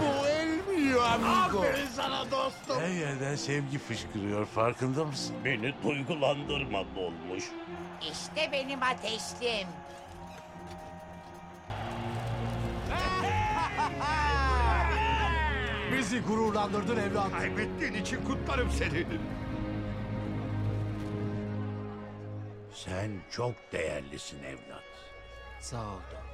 bu elmiyor amigo. Aferin sana dostum. Her yerden sevgi fışkırıyor farkında mısın? Beni duygulandırma olmuş. İşte benim ateşlim. Bizi gururlandırdın evlat. Kaybettiğin için kutlarım seni. Sen çok değerlisin evlat. Sağ ol Doc.